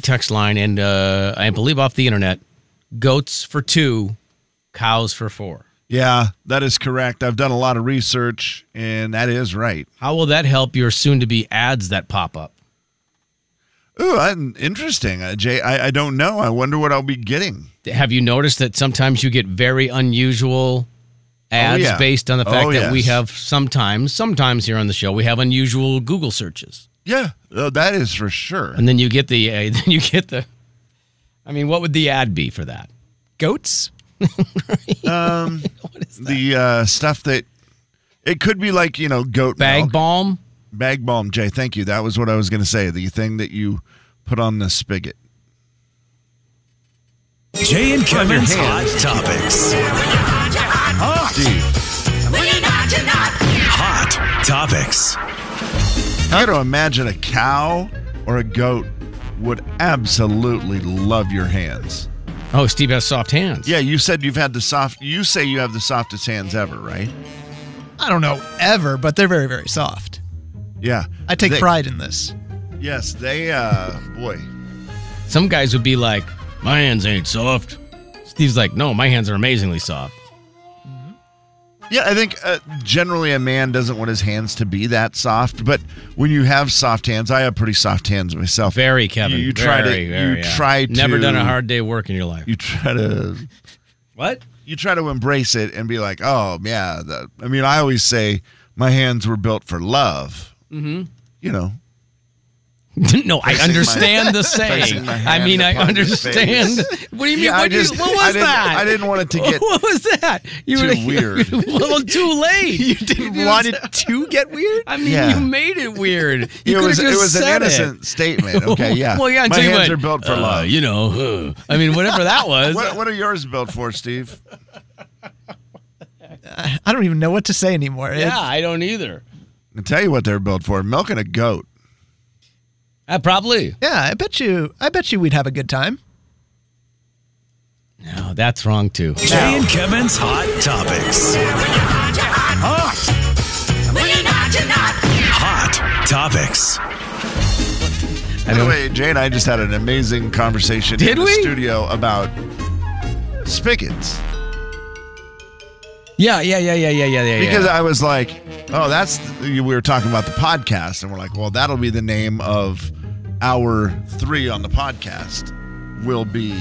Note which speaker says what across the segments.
Speaker 1: text line and uh, I believe off the internet goats for two, cows for four.
Speaker 2: Yeah, that is correct. I've done a lot of research, and that is right.
Speaker 1: How will that help your soon to be ads that pop up?
Speaker 2: Ooh, I, interesting, uh, Jay. I, I don't know. I wonder what I'll be getting.
Speaker 1: Have you noticed that sometimes you get very unusual ads
Speaker 2: Oh, yeah.
Speaker 1: based on the fact
Speaker 2: Oh,
Speaker 1: that we
Speaker 2: yes.
Speaker 1: have sometimes, sometimes here on the show, we have unusual Google searches,
Speaker 2: Yeah, uh, that is for sure.
Speaker 1: and then you get the, uh, then you get the. I mean, what would the ad be for that?
Speaker 3: Goats?
Speaker 2: Um, the uh, stuff that it could be like you know goat
Speaker 1: Bag
Speaker 2: milk.
Speaker 1: balm.
Speaker 2: bag balm. Jay, thank you. That was what I was going to say. The thing that you put on the spigot.
Speaker 4: Jay and Kevin's Hot Topics.
Speaker 2: Steve,
Speaker 4: Hot Topics.
Speaker 2: I got to imagine a cow or a goat would absolutely love your hands.
Speaker 1: Oh, Steve has soft hands.
Speaker 2: Yeah, you said you've had the soft. You say you have the softest hands ever, right?
Speaker 3: I don't know ever, but they're very, very soft.
Speaker 2: Yeah,
Speaker 3: I take
Speaker 2: They-
Speaker 3: pride in this.
Speaker 2: Yes, they. uh Boy,
Speaker 1: Some guys would be like, "My hands ain't soft." Steve's like, "No, my hands are amazingly soft."
Speaker 2: Yeah, I think uh, generally a man doesn't want his hands to be that soft, but when you have soft hands, I have pretty soft hands myself.
Speaker 1: Very Kevin.
Speaker 2: You, you try
Speaker 1: Very,
Speaker 2: to.
Speaker 1: very,
Speaker 2: you
Speaker 1: yeah.
Speaker 2: try to.
Speaker 1: Never done a hard day of work in your life.
Speaker 2: You try to.
Speaker 1: what?
Speaker 2: You try to embrace it and be like, oh yeah. The, I mean, I always say my hands were built for love. Mm-hmm. You know.
Speaker 1: no, I
Speaker 2: Placing my-
Speaker 1: understand the saying.
Speaker 2: placing my
Speaker 1: I mean, I
Speaker 2: hand upon your
Speaker 1: understand.
Speaker 2: face.
Speaker 1: What do you mean?
Speaker 2: Yeah, I
Speaker 1: what, do you-
Speaker 2: just-
Speaker 1: what was
Speaker 2: I didn't-
Speaker 1: that?
Speaker 2: I didn't want it to get
Speaker 1: What was that? You
Speaker 2: too
Speaker 1: were-
Speaker 2: weird.
Speaker 1: well, too late. you didn't
Speaker 3: Want it to get weird?
Speaker 1: I mean,
Speaker 2: Yeah.
Speaker 1: you made it weird. You
Speaker 2: it
Speaker 1: could
Speaker 2: was
Speaker 1: have just
Speaker 2: it was
Speaker 1: said
Speaker 2: an innocent statement.
Speaker 1: It.
Speaker 2: Okay, yeah.
Speaker 1: Well, yeah.
Speaker 2: My
Speaker 1: until you
Speaker 2: hands
Speaker 1: went,
Speaker 2: are built for
Speaker 1: uh,
Speaker 2: love.
Speaker 1: You know. uh, I mean, whatever that was.
Speaker 2: what, what are yours built for, Steve?
Speaker 3: I don't even know what to say anymore. It-
Speaker 1: yeah, I don't either.
Speaker 2: I'll tell you what they're built for: milking a goat.
Speaker 1: Uh, probably.
Speaker 3: yeah, I bet you I bet you we'd have a good time.
Speaker 1: No, that's wrong too.
Speaker 4: Jay and Kevin's Hot Topics. Hot Topics.
Speaker 2: By the way, Jay and I just had an amazing conversation
Speaker 1: Did
Speaker 2: in the
Speaker 1: we?
Speaker 2: studio about spigots
Speaker 1: Yeah, yeah, yeah, yeah, yeah, yeah, yeah.
Speaker 2: because I was like, "Oh, that's." We were talking about the podcast, and we're like, "Well, that'll be the name of our three on the podcast. Will be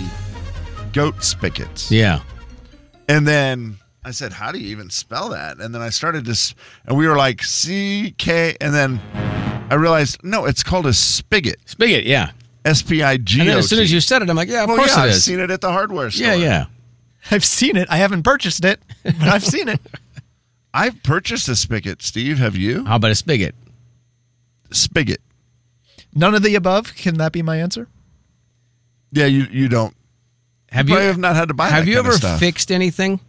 Speaker 2: goat spigots."
Speaker 1: yeah.
Speaker 2: And then I said, "How do you even spell that?" And then I started to, s- and we were like, "C K," and then I realized, no, it's called a spigot.
Speaker 1: Spigot, yeah.
Speaker 2: S P I G O T.
Speaker 1: And then as soon as you said it, I'm like, yeah, of
Speaker 2: well,
Speaker 1: course
Speaker 2: yeah,
Speaker 1: it
Speaker 2: I've
Speaker 1: is.
Speaker 2: seen it at the hardware store.
Speaker 1: yeah, yeah.
Speaker 3: I've seen it. I haven't purchased it, but I've seen it.
Speaker 2: I've purchased a spigot, Steve. Have you?
Speaker 1: How about a spigot?
Speaker 2: Spigot.
Speaker 3: None of the above. Can that be my answer?
Speaker 2: Yeah, you, you don't.
Speaker 1: Have
Speaker 2: You
Speaker 1: you
Speaker 2: probably have not had to buy
Speaker 1: have
Speaker 2: that
Speaker 1: you
Speaker 2: kind of
Speaker 1: ever
Speaker 2: stuff.
Speaker 1: fixed anything?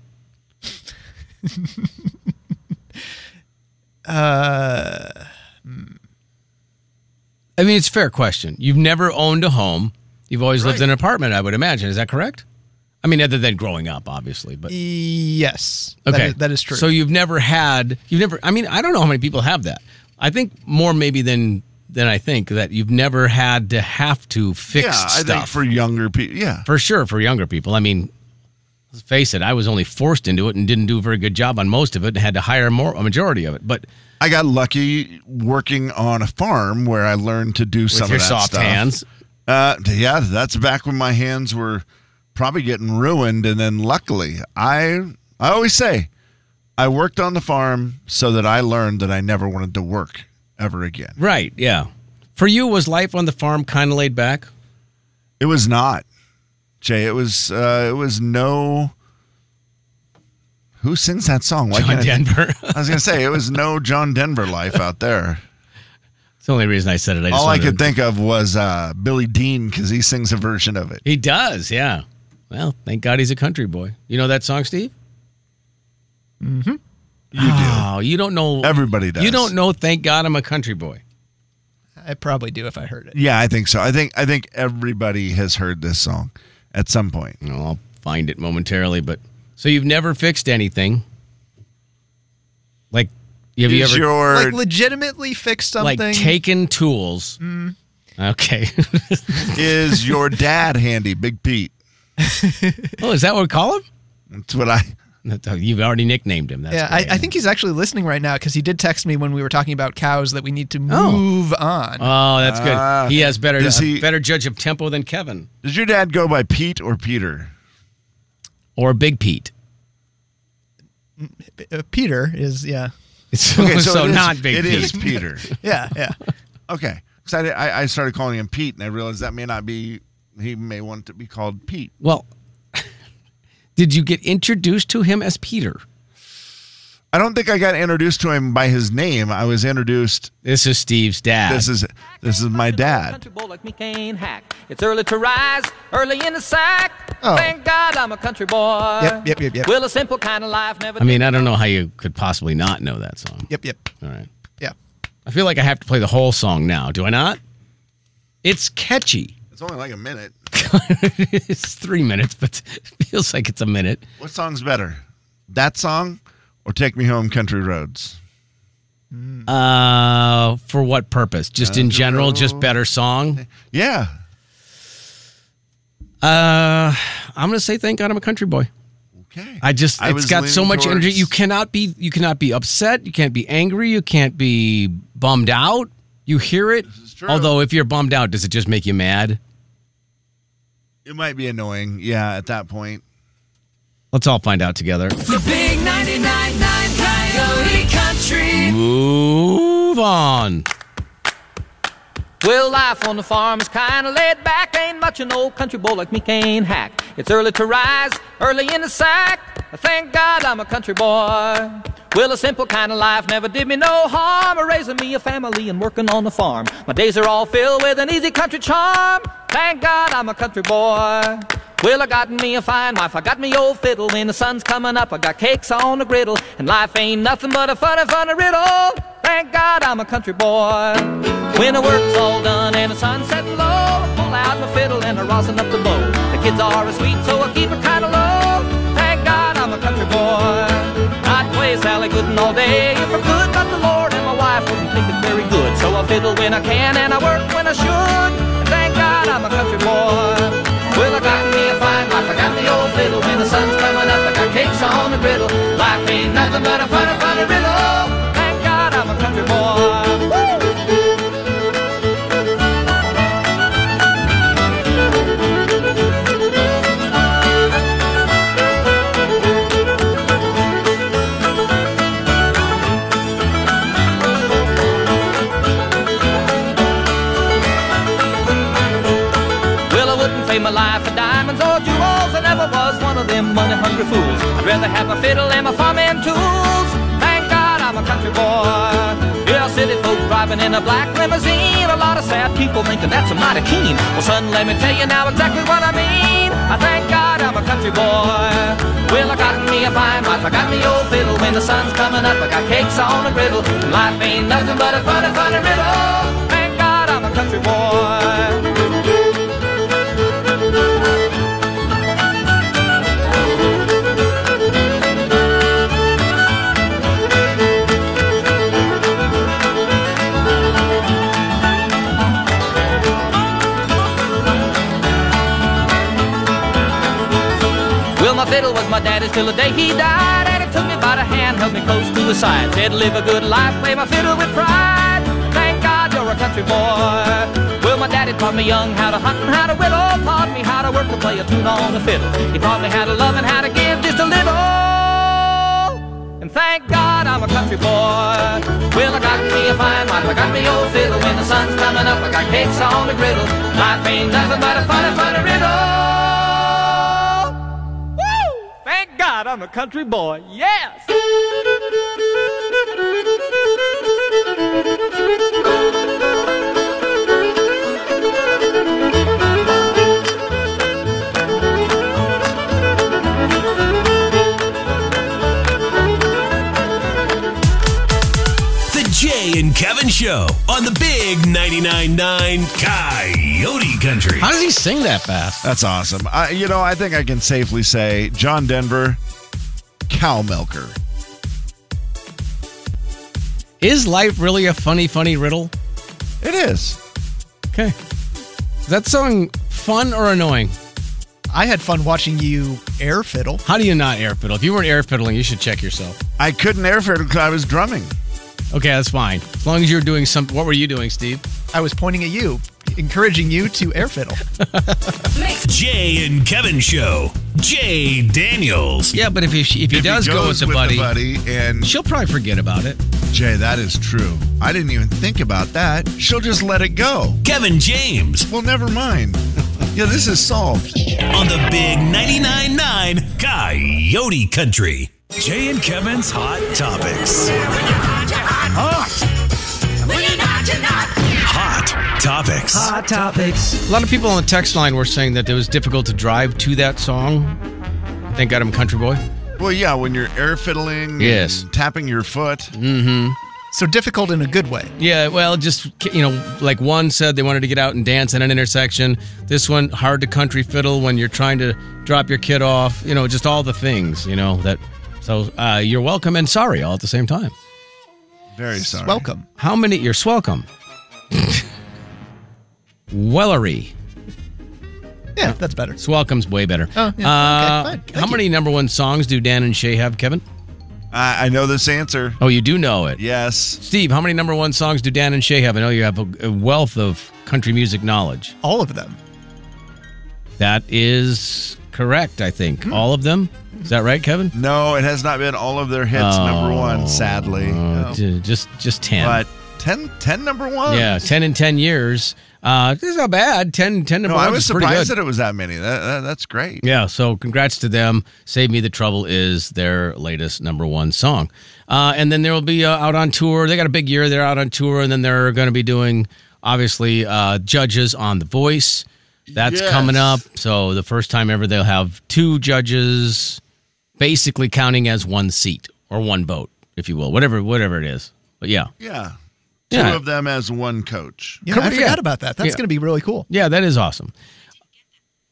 Speaker 1: uh, I mean, it's a fair question. You've never owned a home. You've always lived in an apartment, I would imagine. Is that correct? I mean, other than growing up, obviously, but
Speaker 3: Yes. That
Speaker 1: okay,
Speaker 3: is- that is true.
Speaker 1: So you've never had, you've never. I mean, I don't know how many people have that. I think more maybe than than I think that you've never had to have to fix
Speaker 2: Yeah, I
Speaker 1: stuff
Speaker 2: think for younger people. Yeah.
Speaker 1: for sure for younger people. I mean, let's face it, I was only forced into it and didn't do a very good job on most of it and had to hire more a majority of it. But
Speaker 2: I got lucky working on a farm where I learned to do
Speaker 1: with
Speaker 2: some
Speaker 1: your
Speaker 2: of that
Speaker 1: soft
Speaker 2: stuff.
Speaker 1: hands,
Speaker 2: Uh, yeah, that's back when my hands were probably getting ruined, and then luckily, I I always say I worked on the farm so that I learned that I never wanted to work ever again.
Speaker 1: right? Yeah. For you, was life on the farm kind of laid back?
Speaker 2: It was not, Jay. It was uh, it was no. Who sings that song? Why
Speaker 1: John
Speaker 2: can't I-
Speaker 1: Denver.
Speaker 2: I was gonna say it was no John Denver life out there.
Speaker 1: it's the only reason I said it. I just
Speaker 2: All I
Speaker 1: wanted
Speaker 2: could
Speaker 1: to-
Speaker 2: think of was uh, Billy Dean because he sings a version of it.
Speaker 1: He does, yeah. Well, thank God he's a country boy. You know that song, Steve?
Speaker 3: Mm-hmm.
Speaker 2: You do.
Speaker 1: Oh, you don't know.
Speaker 2: Everybody does.
Speaker 1: You don't know. Thank God I'm a country boy.
Speaker 3: I probably do if I heard it.
Speaker 2: Yeah, I think so. I think I think everybody has heard this song at some point.
Speaker 1: Well, I'll find it momentarily, but so you've never fixed anything. Like, have you
Speaker 2: Is
Speaker 1: ever
Speaker 2: your
Speaker 3: Like legitimately fix something. Mm.
Speaker 1: like taken tools Okay.
Speaker 2: Is your dad handy, Big Pete?
Speaker 1: oh, is that what we call him?
Speaker 2: That's what I.
Speaker 1: That- You've already nicknamed him. That's
Speaker 3: yeah, I,
Speaker 1: great.
Speaker 3: I think he's actually listening right now because he did text me when we were talking about cows that we need to
Speaker 1: Oh.
Speaker 3: move on.
Speaker 1: Oh, that's good.
Speaker 2: Ah,
Speaker 1: he has better
Speaker 2: does
Speaker 1: a
Speaker 2: he-
Speaker 1: better judge of tempo than Kevin
Speaker 2: Does your dad go by Pete or Peter?
Speaker 1: or Big Pete.
Speaker 3: Uh, Peter is yeah,
Speaker 1: It's so,
Speaker 2: it is-
Speaker 1: not Big
Speaker 2: It
Speaker 1: Pete.
Speaker 2: is Peter.
Speaker 3: yeah, yeah.
Speaker 2: Okay, because I, I I started calling him Pete, and I realized that may not be. He may want to be called Pete.
Speaker 1: Well, did you get introduced to him as Peter?
Speaker 2: I don't think I got introduced to him by his name. I was introduced.
Speaker 1: This is Steve's dad.
Speaker 2: This is this is my dad.
Speaker 5: Country boy like me can't hack. It's early to rise, early in the sack.
Speaker 3: Oh.
Speaker 5: Thank God I'm a country boy.
Speaker 3: Yep, yep, yep, yep.
Speaker 5: Will a simple kind of life never.
Speaker 1: I mean, I don't know how you could possibly not know that song.
Speaker 3: Yep, yep,
Speaker 1: All right.
Speaker 3: yeah.
Speaker 1: I feel like I have to play the whole song now, do I not? It's catchy.
Speaker 2: It's only like a minute.
Speaker 1: it's three minutes, but it feels like it's a minute.
Speaker 2: What song's better, that song, or "Take Me Home, Country Roads"?
Speaker 1: Uh, for what purpose? Just in general, just better song.
Speaker 2: Yeah,
Speaker 1: Uh, I'm gonna say thank God I'm a country boy.
Speaker 2: okay.
Speaker 1: I just
Speaker 2: I
Speaker 1: it's
Speaker 2: was
Speaker 1: got so
Speaker 2: leaning
Speaker 1: much energy.
Speaker 2: towards-
Speaker 1: You cannot be you cannot be upset. You can't be angry. You can't be bummed out. You hear it.
Speaker 2: is true.
Speaker 1: Although if you're bummed out, does it just make you mad?
Speaker 2: It might be annoying. Yeah, at that point.
Speaker 1: Let's all find out together.
Speaker 6: The big 99.9 Coyote Country.
Speaker 1: Move on.
Speaker 5: Well, life on the farm is kind of laid back. Ain't much an old country boy like me can't hack. It's early to rise, early in the sack. Thank God I'm a country boy. Well, a simple kind of life never did me no harm. Raising me a family and working on the farm. My days are all filled with an easy country charm. Thank God I'm a country boy. Well, I got me a fine wife. I got me old fiddle. When the sun's coming up, I got cakes on the griddle. And life ain't nothing but a funny, funny riddle. Thank God I'm a country boy. When the work's all done and the sun's setting low, I pull out my fiddle and I rosin up the bow. The kids are sweet, so I keep it kind of low. Thank God I'm a country boy. I'd play Sally Gooden all day if I could, but the Lord and my wife wouldn't think it very good. So I fiddle when I can and I work when I should. And thank God I'm a country boy. Well, I got me a fine wife, I got the old fiddle. When the sun's coming up, I got cakes on the griddle. Life ain't nothing but a funny, funny riddle. Thank God I'm a country boy. Well, I wouldn't pay my life for diamonds or jewels. I never was one of them money hungry fools. I'd rather have my fiddle and my farming tools. Thank God I'm a country boy. Yeah, city folk driving in a black limousine. A lot of sad people thinking that's a mighty keen. Well, son, let me tell you now exactly what I mean. I thank God I'm a country boy. Well, I got me a fine wife, I got me old fiddle. When the sun's coming up, I got cakes on the griddle. And life ain't nothing but a funny, funny riddle. Thank God I'm a country boy. Well, my fiddle was my daddy's till the day he died, and it took me by the hand, held me close to his side. Said, live a good life, play my fiddle with pride. Thank God you're a country boy. Well, my daddy taught me young how to hunt and how to whittle, taught me how to work to play a tune on the fiddle. He taught me how to love and how to give just a little. And thank God I'm a country boy. Well, I got me a fine wife, I got me old fiddle. When the sun's coming up, I got cakes on the griddle. Life ain't nothing but a funny, funny riddle. Woo! Thank God I'm a country boy. Yes!
Speaker 4: The Jay and Kevin Show on the Big 99.9 Coyote Country.
Speaker 1: How does he sing that fast?
Speaker 2: That's awesome. I, you know, I think I can safely say John Denver, cow milker.
Speaker 1: Is life really a funny, funny riddle?
Speaker 2: It is.
Speaker 1: Okay. Is that song fun or annoying?
Speaker 3: I had fun watching you air fiddle.
Speaker 1: How do you not air fiddle? If you weren't air fiddling, you should check yourself.
Speaker 2: I couldn't airfare because I was drumming.
Speaker 1: Okay, that's fine. As long as you're doing some. What were you doing, Steve?
Speaker 3: I was pointing at you, encouraging you to air fiddle.
Speaker 4: Jay and Kevin Show. Jay Daniels.
Speaker 1: Yeah, but if he, if he
Speaker 2: If
Speaker 1: does go
Speaker 2: goes
Speaker 1: with the buddy,
Speaker 2: and
Speaker 1: she'll probably forget about it.
Speaker 2: Jay, that is true. I didn't even think about that. She'll just let it go.
Speaker 4: Kevin James
Speaker 2: Well, never mind. Yeah, this is solved.
Speaker 4: on the big 99.9 9 Coyote Country. Jay and Kevin's Hot Topics. Hot Topics.
Speaker 1: A lot of people on the text line were saying that it was difficult to drive to that song. Thank God I'm a country boy.
Speaker 2: Well, yeah, when you're air fiddling,
Speaker 1: Yes. Mm.
Speaker 2: and tapping your foot.
Speaker 3: so difficult in a good way.
Speaker 1: Yeah, well, just you know, like one said, they wanted to get out and dance at an intersection. This one, hard to country fiddle when you're trying to drop your kid off. You know, just all the things. You know that. So uh, you're welcome and sorry all at the same time.
Speaker 2: Very sorry.
Speaker 3: Welcome.
Speaker 1: How many? You're welcome. Wellery.
Speaker 3: Yeah, that's better.
Speaker 1: Swelcome's way better. Uh,
Speaker 3: Oh, yeah, okay, fine. Thank
Speaker 1: how
Speaker 3: you.
Speaker 1: many number one songs do Dan and Shay have, Kevin?
Speaker 2: I, I know this answer.
Speaker 1: Oh, you do know it.
Speaker 2: Yes.
Speaker 1: Steve, how many number one songs do Dan and Shay have? I know you have a, a wealth of country music knowledge.
Speaker 3: All of them.
Speaker 1: That is correct, I think.
Speaker 2: Hmm.
Speaker 1: All of them? Is that right, Kevin?
Speaker 2: No, it has not been all of their hits number
Speaker 1: Oh,
Speaker 2: one, sadly.
Speaker 1: Uh, j- Just just 10.
Speaker 2: But 10, 10 number one?
Speaker 1: yeah, 10 in 10 years. Uh, this is not bad. 10, 10 number
Speaker 2: No, I
Speaker 1: ones
Speaker 2: was
Speaker 1: is pretty
Speaker 2: surprised
Speaker 1: good.
Speaker 2: that it was that many. That, that, that's great.
Speaker 1: Yeah, so congrats to them. Save Me the Trouble is their latest number one song. Uh, and then they'll be uh, out on tour. They got a big year. They're out on tour, and then they're going to be doing, obviously, uh, judges on The Voice. That's
Speaker 2: Yes.
Speaker 1: coming up. So the first time ever, they'll have two judges, basically counting as one seat or one vote, if you will, whatever, whatever it is. But yeah,
Speaker 2: Yeah. Two
Speaker 1: yeah,
Speaker 2: of them as one coach.
Speaker 3: Yeah,
Speaker 1: Come-
Speaker 3: I
Speaker 1: yeah.
Speaker 3: forgot about that. That's
Speaker 1: Yeah.
Speaker 3: going to be really cool.
Speaker 1: yeah, that is awesome.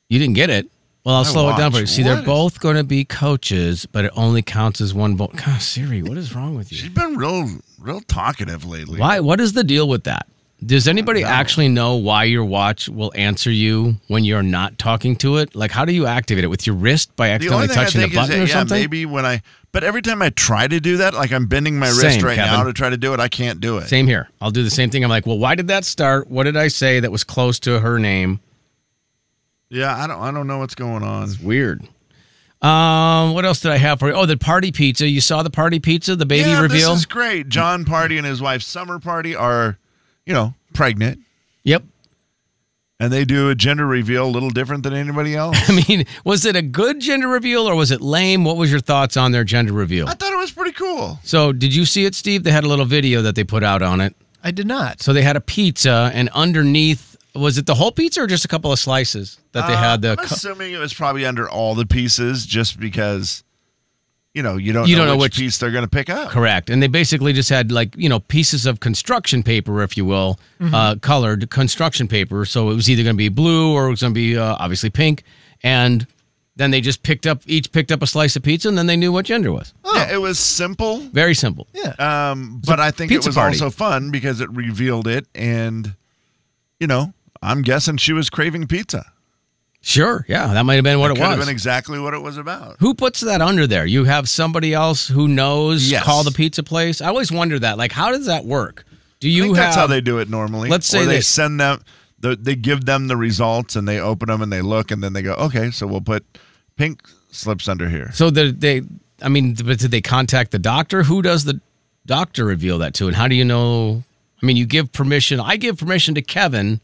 Speaker 1: You didn't get it. Well, I'll
Speaker 2: I
Speaker 1: slow it down for you.
Speaker 2: watched.
Speaker 1: See,
Speaker 2: What
Speaker 1: they're
Speaker 2: is-
Speaker 1: both going to be coaches, but it only counts as one vote. God, Siri, what is wrong with
Speaker 2: She's
Speaker 1: you?
Speaker 2: been real, real talkative lately.
Speaker 1: Why? What is the deal with that? Does anybody
Speaker 2: know.
Speaker 1: actually know why your watch will answer you when you're not talking to it? Like, how do you activate it with your wrist by
Speaker 2: The
Speaker 1: accidentally
Speaker 2: only thing I
Speaker 1: touching the
Speaker 2: think is
Speaker 1: button
Speaker 2: that,
Speaker 1: or
Speaker 2: yeah,
Speaker 1: something?
Speaker 2: maybe when I, but every time I try to do that, like I'm bending my
Speaker 1: Same,
Speaker 2: wrist right now
Speaker 1: Kevin.
Speaker 2: to try to do it, I can't do it.
Speaker 1: Same here. I'll do the same thing. I'm like, well, why did that start? What did I say that was close to her name?
Speaker 2: Yeah, I don't, I don't know what's going on.
Speaker 1: Weird. Um, what else did I have for you? Oh, the party pizza. You saw the party pizza, the baby
Speaker 2: yeah,
Speaker 1: reveal.
Speaker 2: this is great. John Party and his wife Summer Party are, you know, pregnant,
Speaker 1: yep.
Speaker 2: and they do a gender reveal a little different than anybody else.
Speaker 1: I mean, was it a good gender reveal or was it lame? What was your thoughts on their gender reveal?
Speaker 2: I thought it was pretty cool.
Speaker 1: So, did you see it, Steve? They had a little video that they put out on it.
Speaker 3: I did not.
Speaker 1: So they had a pizza, and underneath was it the whole pizza or just a couple of slices that they
Speaker 2: Uh,
Speaker 1: had the.
Speaker 2: I'm assuming it was probably under all the pieces, just because, you know, you don't
Speaker 1: You
Speaker 2: know
Speaker 1: don't know
Speaker 2: which
Speaker 1: which-
Speaker 2: piece they're going to pick up.
Speaker 1: Correct. And they basically just had like, you know, pieces of construction paper, if you will,
Speaker 2: Mm-hmm.
Speaker 1: uh, colored construction paper. So it was either going to be blue or it was going to be uh, obviously pink. And then they just picked up, each picked up a slice of pizza and then they knew what gender was.
Speaker 2: Yeah, it was simple,
Speaker 1: Very simple.
Speaker 3: Yeah.
Speaker 2: um, but I think it
Speaker 1: pizza
Speaker 2: was
Speaker 1: party.
Speaker 2: also fun because it revealed it, and you know, I'm guessing she was craving pizza.
Speaker 1: Sure. Yeah. That might have been what it,
Speaker 2: Could
Speaker 1: was.
Speaker 2: have been exactly what it was about.
Speaker 1: Who puts that under there? You have somebody else who knows
Speaker 2: Yes.
Speaker 1: call the pizza place. I always wonder that. Like, how does that work? Do
Speaker 2: I
Speaker 1: you
Speaker 2: think
Speaker 1: have
Speaker 2: that's how they do it normally.
Speaker 1: Let's say
Speaker 2: Or they
Speaker 1: that-
Speaker 2: send them, the, they give them the results, and they open them and they look, and then they go, okay, so we'll put pink slips under here.
Speaker 1: so the, they? I mean, but did they contact the doctor? Who does the doctor reveal that to? And how do you know? I mean, you give permission. I give permission to Kevin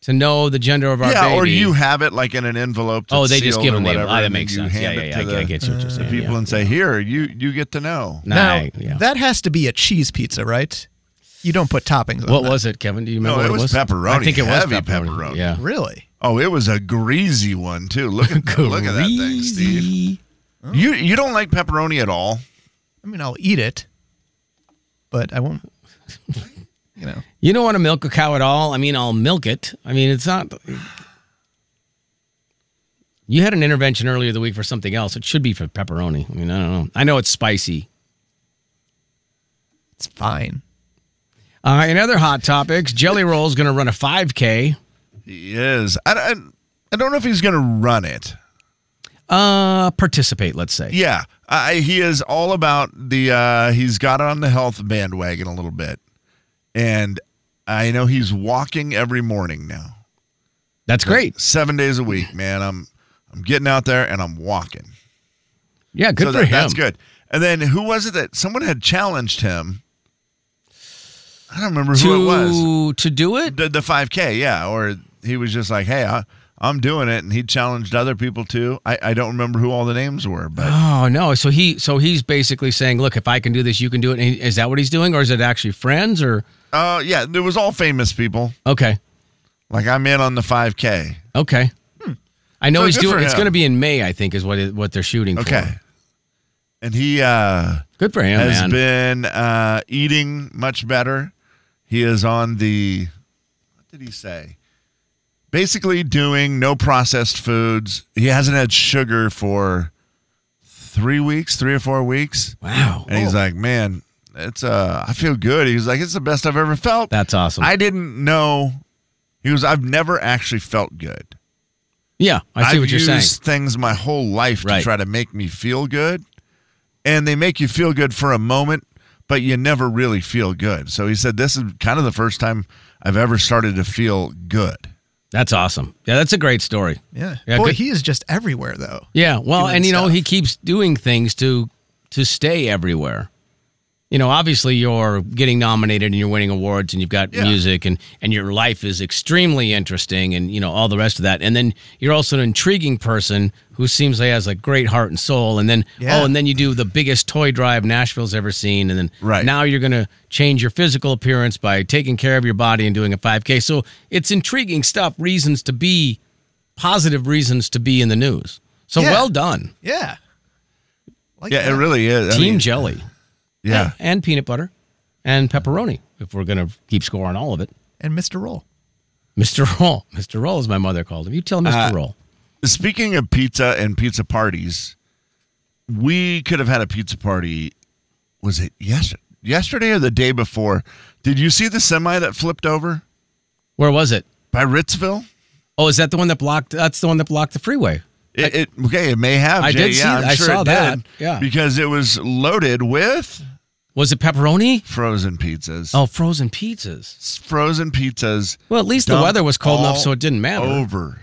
Speaker 1: to know the gender of our
Speaker 2: yeah,
Speaker 1: baby.
Speaker 2: or you have it like in an envelope. That's
Speaker 1: Oh, they just
Speaker 2: sealed
Speaker 1: give
Speaker 2: or
Speaker 1: them the.
Speaker 2: whatever,
Speaker 1: Oh, that
Speaker 2: and then
Speaker 1: makes
Speaker 2: you
Speaker 1: sense. Yeah,
Speaker 2: hand
Speaker 1: yeah,
Speaker 2: it
Speaker 1: yeah.
Speaker 2: to
Speaker 1: I,
Speaker 2: the,
Speaker 1: I get what you're saying.
Speaker 2: people
Speaker 1: yeah.
Speaker 2: and say, here, you you get to know.
Speaker 1: Nah,
Speaker 3: now,
Speaker 1: yeah.
Speaker 3: that has to be a cheese pizza, right? You don't put toppings on
Speaker 1: What
Speaker 3: that.
Speaker 1: was it, Kevin? Do you remember
Speaker 2: No,
Speaker 1: what
Speaker 2: it was pepperoni.
Speaker 1: I think it
Speaker 2: Heavy
Speaker 1: was pepperoni.
Speaker 2: pepperoni.
Speaker 1: Yeah.
Speaker 3: Really?
Speaker 2: Oh, it was a greasy one too. Look at that, look at that thing, Steve.
Speaker 1: Greasy. Oh.
Speaker 2: You you don't like pepperoni at all?
Speaker 3: I mean, I'll eat it, but I won't. You know,
Speaker 1: You don't want to milk a cow at all. I mean, I'll milk it. I mean, it's not. You had an intervention earlier the week for something else. It should be for pepperoni. I mean, I don't know. I know it's spicy.
Speaker 3: it's fine.
Speaker 1: Uh, in other hot topics, Jelly Roll's going to run a 5K.
Speaker 2: He is. I, I, I don't know if he's going to run it.
Speaker 1: Uh, participate, let's say.
Speaker 2: Yeah, I, he is all about the. Uh, he's got on the health bandwagon a little bit, and I know he's walking every morning now,
Speaker 1: That's great.
Speaker 2: seven days a week. Man, I'm I'm getting out there and I'm walking.
Speaker 1: Yeah, good
Speaker 2: so
Speaker 1: for
Speaker 2: that,
Speaker 1: him.
Speaker 2: That's good. And then who was it that someone had challenged him? I don't remember
Speaker 1: To,
Speaker 2: who it was.
Speaker 1: to do it?
Speaker 2: The, the 5K, yeah. Or he was just like, hey, I, I'm doing it. And he challenged other people too. I, I don't remember who all the names were, but
Speaker 1: Oh no! So he so he's basically saying, "Look, if I can do this, you can do it." And is that what he's doing, or is it actually friends? Or
Speaker 2: uh, yeah, it was all famous people.
Speaker 1: okay,
Speaker 2: Like I'm in on the 5K.
Speaker 1: okay. I know
Speaker 2: Hmm. So
Speaker 1: he's
Speaker 2: good for
Speaker 1: doing. It's
Speaker 2: him.
Speaker 1: going to be in May, I think, is what it, what they're shooting for.
Speaker 2: Okay. And he uh,
Speaker 1: good for him, man.
Speaker 2: has been uh, eating much better. He is on the, what did he say? Basically, doing no processed foods. He hasn't had sugar for three weeks, three or four weeks.
Speaker 1: wow,
Speaker 2: And he's like, man, it's uh, I feel good. He's like, it's the best I've ever felt.
Speaker 1: that's awesome.
Speaker 2: I didn't know. He was, I've never actually felt good.
Speaker 1: yeah, I see
Speaker 2: I've
Speaker 1: what you're
Speaker 2: used
Speaker 1: saying.
Speaker 2: Things my whole life
Speaker 1: Right.
Speaker 2: to try to make me feel good, and they make you feel good for a moment, but you never really feel good. So he said, "This is kind of the first time I've ever started to feel good."
Speaker 1: That's awesome. Yeah, that's a great story.
Speaker 3: Yeah.
Speaker 1: Yeah,
Speaker 3: Boy,
Speaker 1: good-
Speaker 3: he is just everywhere though.
Speaker 1: Yeah, well,
Speaker 3: doing
Speaker 1: and you know,
Speaker 3: stuff.
Speaker 1: he keeps doing things to to stay everywhere. You know, obviously you're getting nominated and you're winning awards and you've got
Speaker 2: Yeah.
Speaker 1: music and and your life is extremely interesting and you know all the rest of that. And then you're also an intriguing person who seems like has a great heart and soul and then
Speaker 3: Yeah.
Speaker 1: oh and then you do the biggest toy drive Nashville's ever seen and then
Speaker 2: Right.
Speaker 1: now you're going to change your physical appearance by taking care of your body and doing a 5K. So it's intriguing stuff, reasons to be positive reasons to be in the news. So
Speaker 3: Yeah.
Speaker 1: well done,
Speaker 3: Yeah. Like
Speaker 2: Yeah,
Speaker 3: that.
Speaker 2: it really is. I
Speaker 1: Team
Speaker 2: mean,
Speaker 1: Jelly.
Speaker 2: yeah,
Speaker 1: And, and peanut butter and pepperoni, if we're going to keep score on all of it.
Speaker 3: and Mr. Roll.
Speaker 1: Mr. Roll. Mr. Roll is my mother called him. You tell Mr.
Speaker 2: Uh,
Speaker 1: Roll.
Speaker 2: Speaking of pizza and pizza parties, we could have had a pizza party. Was it yesterday? Yesterday or the day before? Did you see the semi that flipped over
Speaker 1: Where was it?
Speaker 2: by Ritzville?
Speaker 1: Oh, is that the one that blocked? That's the one that blocked the freeway.
Speaker 2: It, it okay, it may have.
Speaker 1: I
Speaker 2: Jay.
Speaker 1: did see-
Speaker 2: Yeah, I'm
Speaker 1: I
Speaker 2: sure
Speaker 1: saw
Speaker 2: it
Speaker 1: that.
Speaker 2: did,
Speaker 1: Yeah.
Speaker 2: because it was loaded with
Speaker 1: Was it pepperoni?
Speaker 2: frozen pizzas.
Speaker 1: Oh, frozen pizzas.
Speaker 2: S- frozen pizzas.
Speaker 1: Well, at least the
Speaker 2: dumped
Speaker 1: weather was cold enough
Speaker 2: all
Speaker 1: so it didn't matter.
Speaker 2: Over.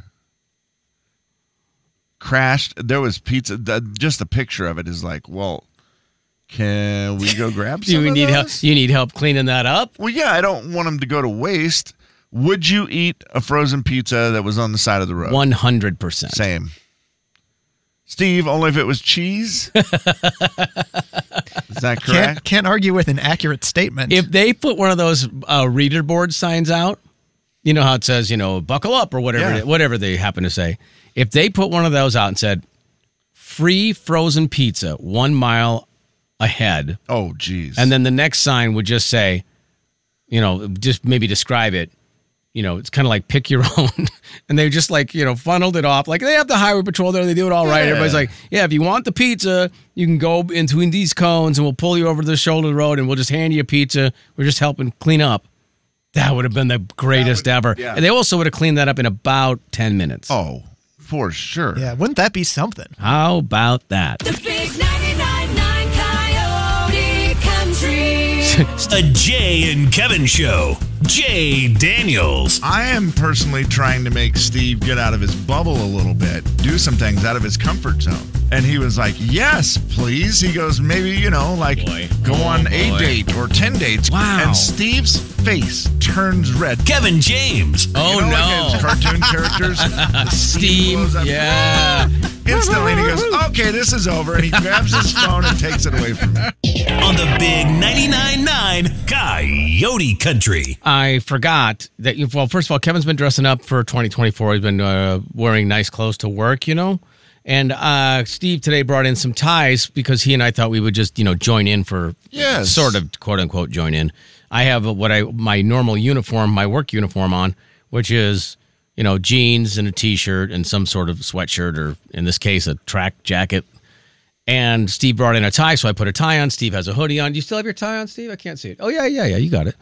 Speaker 2: Crashed. There was pizza. the- just a picture of it is like, well, can we go grab some?
Speaker 1: You
Speaker 2: of
Speaker 1: need help.
Speaker 2: those?
Speaker 1: You need help cleaning that up.
Speaker 2: Well, yeah, I don't want them to go to waste. Would you eat a frozen pizza that was on the side of the road?
Speaker 1: One hundred percent.
Speaker 2: Same. Steve, only if it was cheese. Is that
Speaker 3: Can't
Speaker 2: correct?
Speaker 3: can't argue with an accurate statement.
Speaker 1: If they put one of those uh, reader board signs out, you know how it says, you know, buckle up or whatever,
Speaker 2: Yeah.
Speaker 1: it- whatever they happen to say. If they put one of those out and said, "Free frozen pizza one mile ahead,"
Speaker 2: Oh, geez.
Speaker 1: and then the next sign would just say, you know, just maybe describe it. You know, it's kind of like pick your own, and they just like you know funneled it off. Like they have the highway patrol there; they do it all right.
Speaker 2: Yeah.
Speaker 1: Everybody's like, "Yeah, if you want the pizza, you can go in between these cones, and we'll pull you over to the shoulder of the road, and we'll just hand you a pizza. We're just helping clean up." That would have been the greatest ever.
Speaker 2: yeah.
Speaker 1: And they also would have cleaned that up in about ten minutes.
Speaker 2: oh, for sure.
Speaker 3: yeah, wouldn't that be something?
Speaker 1: How about that?
Speaker 6: The big 99.9 Coyote Country.
Speaker 4: A Jay and Kevin show. Jay Daniels.
Speaker 2: I am personally trying to make Steve get out of his bubble a little bit, do some things out of his comfort zone. And he was like, Yes, please. He goes, Maybe, you know, like go on a date or 10 dates.
Speaker 1: Oh, Wow.
Speaker 2: And Steve's face turns red.
Speaker 4: Kevin James.
Speaker 1: Oh
Speaker 2: you know,
Speaker 1: no,
Speaker 2: Like those cartoon characters. The steam
Speaker 1: Steam!
Speaker 2: blows up.
Speaker 1: Yeah.
Speaker 2: Instantly, and he goes, Okay, this is over. And he grabs his phone and takes it away from me.
Speaker 4: on the big 99.9 Coyote Country.
Speaker 1: I forgot that. You, well, first of all, Kevin's been dressing up for 2024. He's been uh, wearing nice clothes to work, you know. And uh, Steve today brought in some ties because he and I thought we would just, you know, join in for
Speaker 2: Yes.
Speaker 1: sort of quote unquote join in. I have what I my normal uniform, my work uniform on, which is you know jeans and a t-shirt and some sort of sweatshirt or in this case a track jacket. And Steve brought in a tie, so I put a tie on. Steve has a hoodie on. Do you still have your tie on, Steve? I can't see it. Oh yeah, yeah, yeah. You got it.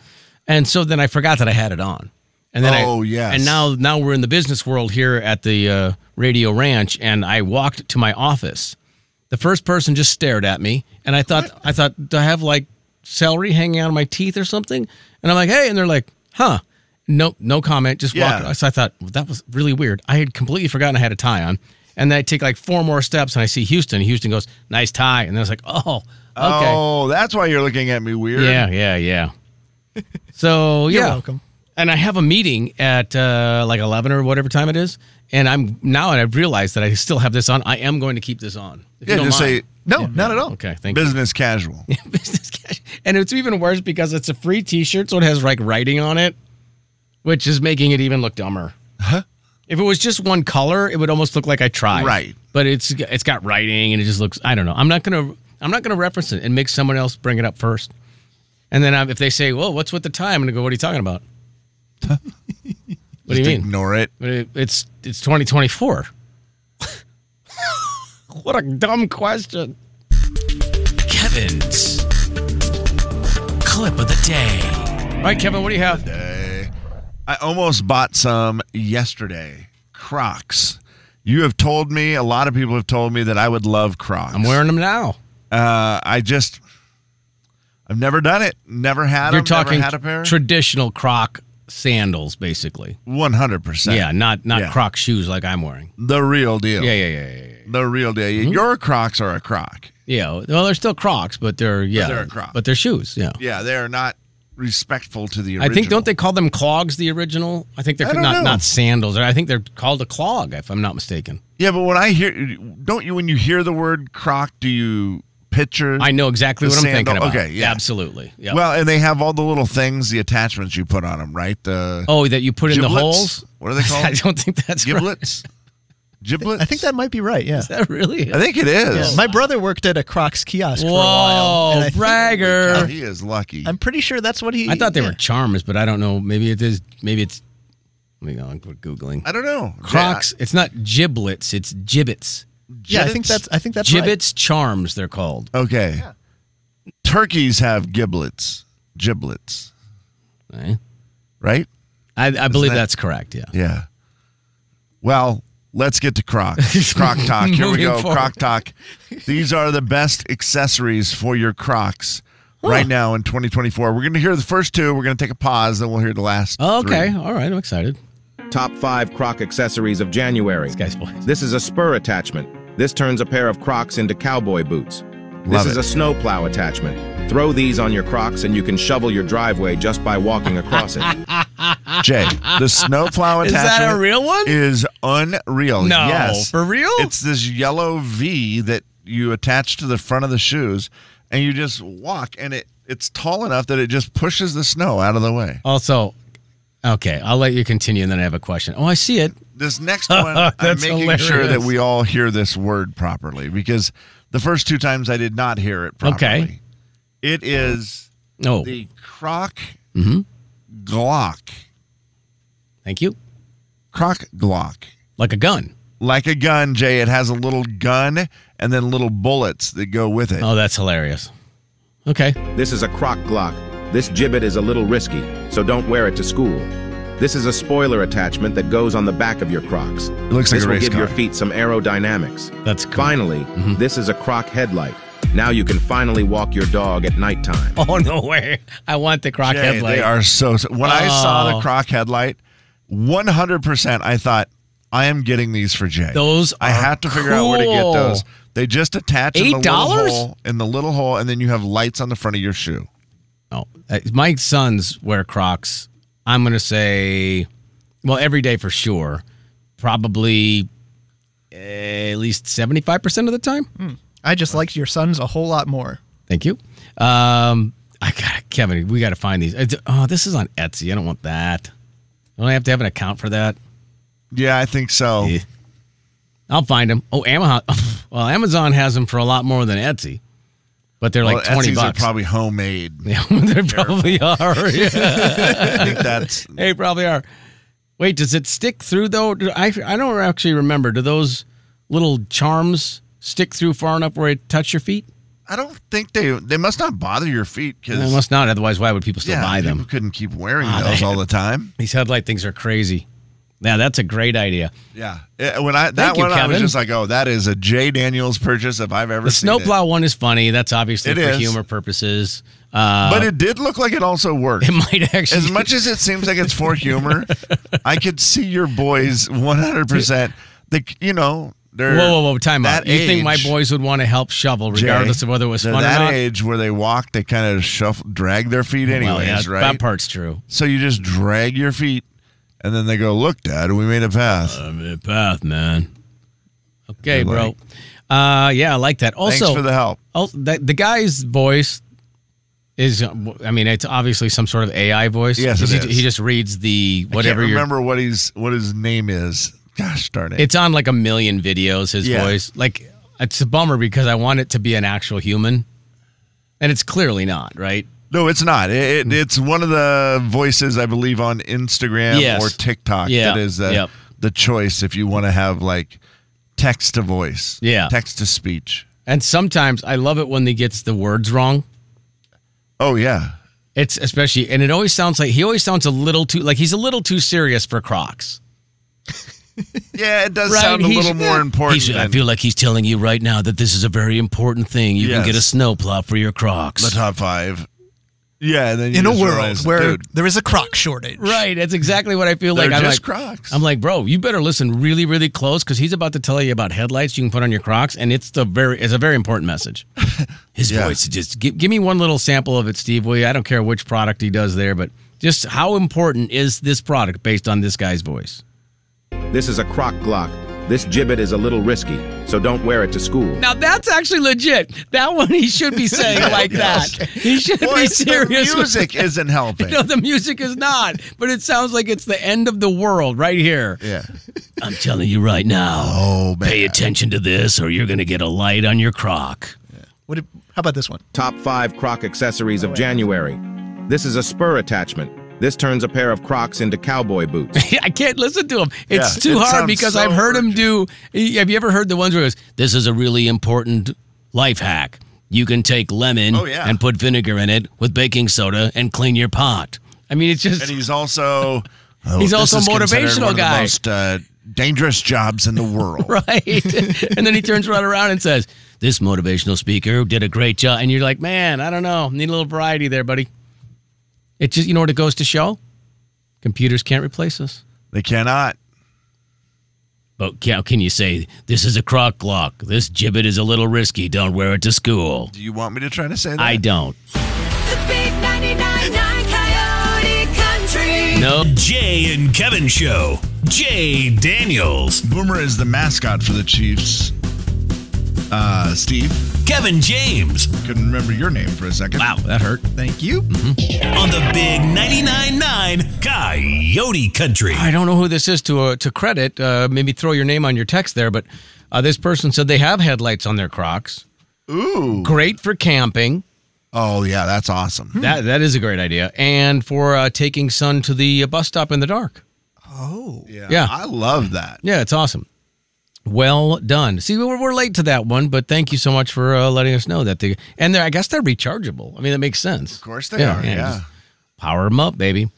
Speaker 1: And so then I forgot that I had it on. And then
Speaker 2: Oh,
Speaker 1: I,
Speaker 2: yes.
Speaker 1: And now now we're in the business world here at the uh, radio ranch, and I walked to my office. The first person just stared at me, and I thought I thought do I have like celery hanging out of my teeth or something? And I'm like, hey, and they're like, huh? No, no comment. Just
Speaker 2: Yeah.
Speaker 1: walk. So I thought well, that was really weird. I had completely forgotten I had a tie on, and then I take like four more steps, and I see Houston. Houston goes, nice tie, and then I was like, oh, okay,
Speaker 2: Oh, that's why you're looking at me weird.
Speaker 1: yeah, yeah, yeah. So
Speaker 3: You're
Speaker 1: yeah,
Speaker 3: welcome.
Speaker 1: and I have a meeting at uh, like eleven or whatever time it is, and I'm now and I've realized that I still have this on. I am going to keep this on. If
Speaker 2: Yeah,
Speaker 1: you don't
Speaker 2: just
Speaker 1: mind.
Speaker 2: say
Speaker 3: No, not at all.
Speaker 1: okay, thank
Speaker 2: business casual.
Speaker 1: you. Business cash, and it's even worse because it's a free T-shirt, so it has like writing on it, which is making it even look dumber. If it was just one color, it would almost look like I tried.
Speaker 2: Right.
Speaker 1: but it's it's got writing, and it just looks. I don't know. I'm not gonna I'm not gonna reference it and make someone else bring it up first. And then I, if they say, "Well, what's with the tie?" I'm gonna go, "What are you talking about?" what do you
Speaker 2: Just
Speaker 1: mean?
Speaker 2: Ignore it.
Speaker 1: But it, it's it's 2024. what a dumb question.
Speaker 4: Kevin's clip of the day.
Speaker 1: All right, Kevin, what do you have?
Speaker 2: I almost bought some yesterday. Crocs. You have told me, a lot of people have told me that I would love Crocs.
Speaker 1: I'm wearing them now.
Speaker 2: Uh, I just, I've never done it. Never had.
Speaker 1: You're
Speaker 2: them,
Speaker 1: talking
Speaker 2: Never had a pair.
Speaker 1: traditional Croc sandals, basically.
Speaker 2: One hundred percent.
Speaker 1: Yeah, not not
Speaker 2: Yeah.
Speaker 1: Croc shoes like I'm wearing.
Speaker 2: The real deal.
Speaker 1: Yeah, Mm-hmm. yeah, yeah, yeah, yeah.
Speaker 2: The real deal. Your Crocs are a Croc.
Speaker 1: Yeah, well, they're still Crocs, but they're yeah,
Speaker 2: they're a Croc.
Speaker 1: but they're shoes. Yeah,
Speaker 2: Yeah, they are not respectful to the.
Speaker 1: I
Speaker 2: original.
Speaker 1: think don't they call them clogs the original? I think they're
Speaker 2: I don't
Speaker 1: not
Speaker 2: know.
Speaker 1: not sandals. I think they're called a clog, if I'm not mistaken.
Speaker 2: Yeah, but when I hear, don't you? When you hear the word Croc, do you picture?
Speaker 1: I know exactly
Speaker 2: The
Speaker 1: what I'm
Speaker 2: sandal-
Speaker 1: thinking about.
Speaker 2: okay, yeah.
Speaker 1: absolutely. Yeah.
Speaker 2: Well, and they have all the little things, the attachments you put on them, right? The
Speaker 1: oh, that you put in the
Speaker 2: giblets?
Speaker 1: holes.
Speaker 2: What are they
Speaker 1: I
Speaker 2: called?
Speaker 1: don't think that's right.
Speaker 2: Giblets. Giblets.
Speaker 3: I think that might be right. Yeah.
Speaker 1: Is that really?
Speaker 2: I think it
Speaker 3: Yeah.
Speaker 2: is.
Speaker 3: My brother worked at a Crocs kiosk for a while.
Speaker 1: Whoa,
Speaker 3: I think-
Speaker 2: Oh,
Speaker 1: bragger!
Speaker 2: he is lucky.
Speaker 3: I'm pretty sure that's what he.
Speaker 1: I thought they were
Speaker 3: yeah.
Speaker 1: charmers, but I don't know. Maybe it is. Maybe it's. Let me go. I'm googling.
Speaker 2: I don't know.
Speaker 1: Crocs. It's not giblets. It's gibbets.
Speaker 3: Yeah, I think that's. I think that's right.
Speaker 1: gibbets charms. They're called.
Speaker 2: Okay. Turkeys have giblets, giblets,
Speaker 1: Eh?
Speaker 2: right?
Speaker 1: I, I believe
Speaker 2: that-
Speaker 1: that's correct. Yeah.
Speaker 2: Yeah. Well, let's get to Croc. Croc talk. Here we
Speaker 1: Moving
Speaker 2: go.
Speaker 1: forward.
Speaker 2: Croc talk. These are the best accessories for your Crocs right now in 2024. We're going to hear the first two. We're going to take a pause, then we'll hear the last.
Speaker 1: Oh, okay.
Speaker 2: three.
Speaker 1: All right. I'm excited.
Speaker 7: Top 5 Croc Accessories of January.
Speaker 1: This guy's voice.
Speaker 7: This is a spur attachment. This turns a pair of Crocs into cowboy boots. This
Speaker 2: Love
Speaker 7: is
Speaker 2: it.
Speaker 7: a snowplow attachment. Throw these on your Crocs and you can shovel your driveway just by walking across it.
Speaker 2: Jay, the snowplow
Speaker 1: Is
Speaker 2: attachment.
Speaker 1: that a real one?
Speaker 2: Is unreal.
Speaker 1: No,
Speaker 2: yes.
Speaker 1: for real?
Speaker 2: It's this yellow V that you attach to the front of the shoes, and you just walk, and it it's tall enough that it just pushes the snow out of the way.
Speaker 1: Also, okay. I'll let you continue, and then I have a question. Oh, I see it.
Speaker 2: This next one, I'm
Speaker 1: That's
Speaker 2: making sure that
Speaker 1: hilarious.
Speaker 2: we all hear this word properly because the first two times I did not hear it properly.
Speaker 1: Okay.
Speaker 2: It is
Speaker 1: No.
Speaker 2: the Croc
Speaker 1: Mm-hmm.
Speaker 2: Glock.
Speaker 1: Thank you.
Speaker 2: Croc Glock.
Speaker 1: Like a gun.
Speaker 2: Like a gun, Jay, it has a little gun and then little bullets that go with it.
Speaker 1: Oh, that's hilarious. Okay.
Speaker 7: This is a croc glock. This gibbet is a little risky, so don't wear it to school. This is a spoiler attachment that goes on the back of your crocs. It
Speaker 2: looks like
Speaker 7: this
Speaker 2: a
Speaker 7: will
Speaker 2: race
Speaker 7: give your
Speaker 2: car. Mm-hmm.
Speaker 7: feet some aerodynamics.
Speaker 1: That's cool.
Speaker 7: Finally, this is a croc headlight. Now you can finally walk your dog at nighttime.
Speaker 1: Oh no way! I want the croc
Speaker 2: Jay,
Speaker 1: headlight. Oh.
Speaker 2: They are so. so- When I saw the Croc headlight, 100%, I thought, I am getting these for Jay.
Speaker 1: Those
Speaker 2: I
Speaker 1: are
Speaker 2: have to figure out where to get
Speaker 1: cool.
Speaker 2: those. They just attach in the, little
Speaker 1: $8?
Speaker 2: hole, in the little hole, and then you have lights on the front of your shoe.
Speaker 1: Oh, uh, my sons wear Crocs. I'm gonna say, well, every day for sure. Probably eh, at least seventy five percent of the time.
Speaker 3: I just liked your sons a whole lot more.
Speaker 1: Thank you. Um, I got Kevin. We got to find these. It's- Oh, this is on Etsy. I don't want that. Don't I have to have an account for that?
Speaker 2: Yeah, I think so.
Speaker 1: Eh. I'll find them. Oh, Amazon. Well, Amazon has them for a lot more than Etsy, but they're like
Speaker 2: Well,
Speaker 1: twenty
Speaker 2: Etsy's are
Speaker 1: bucks.
Speaker 2: probably homemade.
Speaker 1: yeah, they probably are. Yeah.
Speaker 2: I think that's
Speaker 1: They probably are. Wait, does it stick through though? Do- I I don't actually remember. Do those little charms stick through far enough where it touch your feet?
Speaker 2: I don't think they they must not bother your feet because
Speaker 1: They must not. Otherwise, why would people still
Speaker 2: yeah,
Speaker 1: buy them?
Speaker 2: People couldn't keep wearing
Speaker 1: Ah,
Speaker 2: those
Speaker 1: they-
Speaker 2: all the time.
Speaker 1: These headlight things are crazy. Now that's a great idea.
Speaker 2: Yeah, Yeah, when I that
Speaker 1: Thank you,
Speaker 2: one, I was
Speaker 1: Kevin.
Speaker 2: just like, oh, that is a Jay Daniels purchase if I've ever
Speaker 1: The
Speaker 2: seen
Speaker 1: snowplow one is funny. That's obviously
Speaker 2: It
Speaker 1: for
Speaker 2: is.
Speaker 1: humor purposes. Uh,
Speaker 2: It. But it did look like it also worked.
Speaker 1: it might actually
Speaker 2: as much as it seems like it's for humor, I could see your boys 100. percent The you know they're
Speaker 1: Whoa, whoa, whoa! Time out.
Speaker 2: that
Speaker 1: You think my
Speaker 2: age,
Speaker 1: boys would want to help shovel,
Speaker 2: Jay,
Speaker 1: regardless of whether it was
Speaker 2: they're
Speaker 1: fun or
Speaker 2: that
Speaker 1: not?
Speaker 2: age where they walk, they kind of shuffle, drag their feet anyways,
Speaker 1: well, yeah,
Speaker 2: right?
Speaker 1: That part's true.
Speaker 2: So you just drag your feet, and then they go, "Look, Dad, we made a path."
Speaker 1: I'm in a path, man. Okay,
Speaker 2: Good
Speaker 1: bro.
Speaker 2: luck.
Speaker 1: Uh, yeah, I like that. Also,
Speaker 2: Thanks for the help.
Speaker 1: Oh, the, the guy's voice is, uh, w- I mean, it's obviously some sort of AI voice.
Speaker 2: Yes, it
Speaker 1: he,
Speaker 2: is.
Speaker 1: he just reads the
Speaker 2: I
Speaker 1: whatever
Speaker 2: can't
Speaker 1: you're.
Speaker 2: remember what he's what his name is. Gosh darn it!
Speaker 1: It's on like a million videos, his
Speaker 2: Yeah.
Speaker 1: voice. Like, it's a bummer because I want it to be an actual human. And it's clearly not, right?
Speaker 2: no, it's not.
Speaker 1: Hmm.
Speaker 2: It, it, it's one of the voices I believe on Instagram
Speaker 1: Yes.
Speaker 2: or TikTok
Speaker 1: Yeah.
Speaker 2: that is the,
Speaker 1: Yep.
Speaker 2: the choice if you want to have like text to voice,
Speaker 1: Yeah.
Speaker 2: text to speech.
Speaker 1: And sometimes I love it when he gets the words wrong.
Speaker 2: Oh yeah,
Speaker 1: It's especially, and it always sounds like he always sounds a little too, like he's a little too serious for Crocs.
Speaker 2: yeah. It does
Speaker 1: Right,
Speaker 2: sound a
Speaker 1: he's-
Speaker 2: little more important.
Speaker 1: He's- I
Speaker 2: than
Speaker 1: feel like he's telling you right now that this is a very important thing. You
Speaker 2: Yes.
Speaker 1: can get a snowplow for your Crocs.
Speaker 2: the top five. Yeah, and then you
Speaker 3: in a
Speaker 2: just
Speaker 3: world
Speaker 2: realize,
Speaker 3: where
Speaker 2: dude,
Speaker 3: there is a croc shortage.
Speaker 1: Right, that's exactly what I feel
Speaker 2: they're
Speaker 1: like. I'm
Speaker 2: just
Speaker 1: like,
Speaker 2: Crocs.
Speaker 1: I'm like, bro, you better listen really, really close because he's about to tell you about headlights you can put on your Crocs, and it's the very, it's a very important message. His
Speaker 2: Yeah.
Speaker 1: voice, just give, give me one little sample of it, Steve. Will you? I don't care which product he does there, but just how important is this product based on this guy's voice?
Speaker 7: This is a croc glock. This gibbet is a little risky, so don't wear it to school.
Speaker 1: Now that's actually legit. That one he should be saying like that. He should
Speaker 2: Well,
Speaker 1: be
Speaker 2: it's the
Speaker 1: serious. with
Speaker 2: music isn't helping.
Speaker 1: No, the music is not, but it sounds like it's the end of the world right here.
Speaker 2: yeah.
Speaker 1: I'm telling you right now.
Speaker 2: Oh man.
Speaker 1: Pay attention to this, or you're going to get a light on your croc.
Speaker 3: What? if- how about this one?
Speaker 7: Top 5 Croc Accessories of January. This is a spur attachment. This turns a pair of Crocs into cowboy boots.
Speaker 1: I can't listen to him. It's
Speaker 2: Yeah,
Speaker 1: too
Speaker 2: it
Speaker 1: hard
Speaker 2: sounds
Speaker 1: because
Speaker 2: so
Speaker 1: I've heard him do. Have you ever heard the ones where it goes, This is a really important life hack. You can take lemon
Speaker 2: Oh, yeah.
Speaker 1: and put vinegar in it with baking soda and clean your pot. I mean, it's just.
Speaker 2: and he's also oh,
Speaker 1: He's
Speaker 2: this
Speaker 1: also
Speaker 2: is considered
Speaker 1: motivational
Speaker 2: one of the
Speaker 1: guy.
Speaker 2: most uh, dangerous jobs in the world.
Speaker 1: right? and then he turns right around and says, "This motivational speaker did a great job." And you're like, "Man, I don't know. Need a little variety there, buddy." It just, you know what it goes to show? Computers can't replace us.
Speaker 2: They cannot.
Speaker 1: But can, can you say this is a crock clock? This gibbet is a little risky. Don't wear it to school.
Speaker 2: Do you want me to try to say that?
Speaker 1: I don't.
Speaker 6: The big 99.9 Coyote Country.
Speaker 1: No.
Speaker 4: Jay and Kevin Show. Jay Daniels.
Speaker 2: Boomer is the mascot for the Chiefs. Uh, Steve,
Speaker 4: Kevin James.
Speaker 2: couldn't remember your name for a second.
Speaker 1: Wow, that hurt.
Speaker 3: Thank you.
Speaker 4: On the big 99.9 Coyote Country.
Speaker 1: I don't know who this is to uh, to credit. Uh, maybe throw your name on your text there, but uh, this person said they have headlights on their Crocs.
Speaker 2: Ooh.
Speaker 1: Great for camping.
Speaker 2: Oh yeah, that's
Speaker 3: Hmm.
Speaker 2: awesome.
Speaker 1: That that is a great idea, and for uh, taking son to the uh, bus stop in the dark.
Speaker 3: Oh,
Speaker 1: Yeah.
Speaker 2: I love that.
Speaker 1: Yeah, it's awesome. Well done. See, we're, we're late to that one, but thank you so much for uh, letting us know that. They, and they're, I guess they're rechargeable. I mean, that makes sense. Of
Speaker 2: course they are, yeah.
Speaker 1: power them up, baby.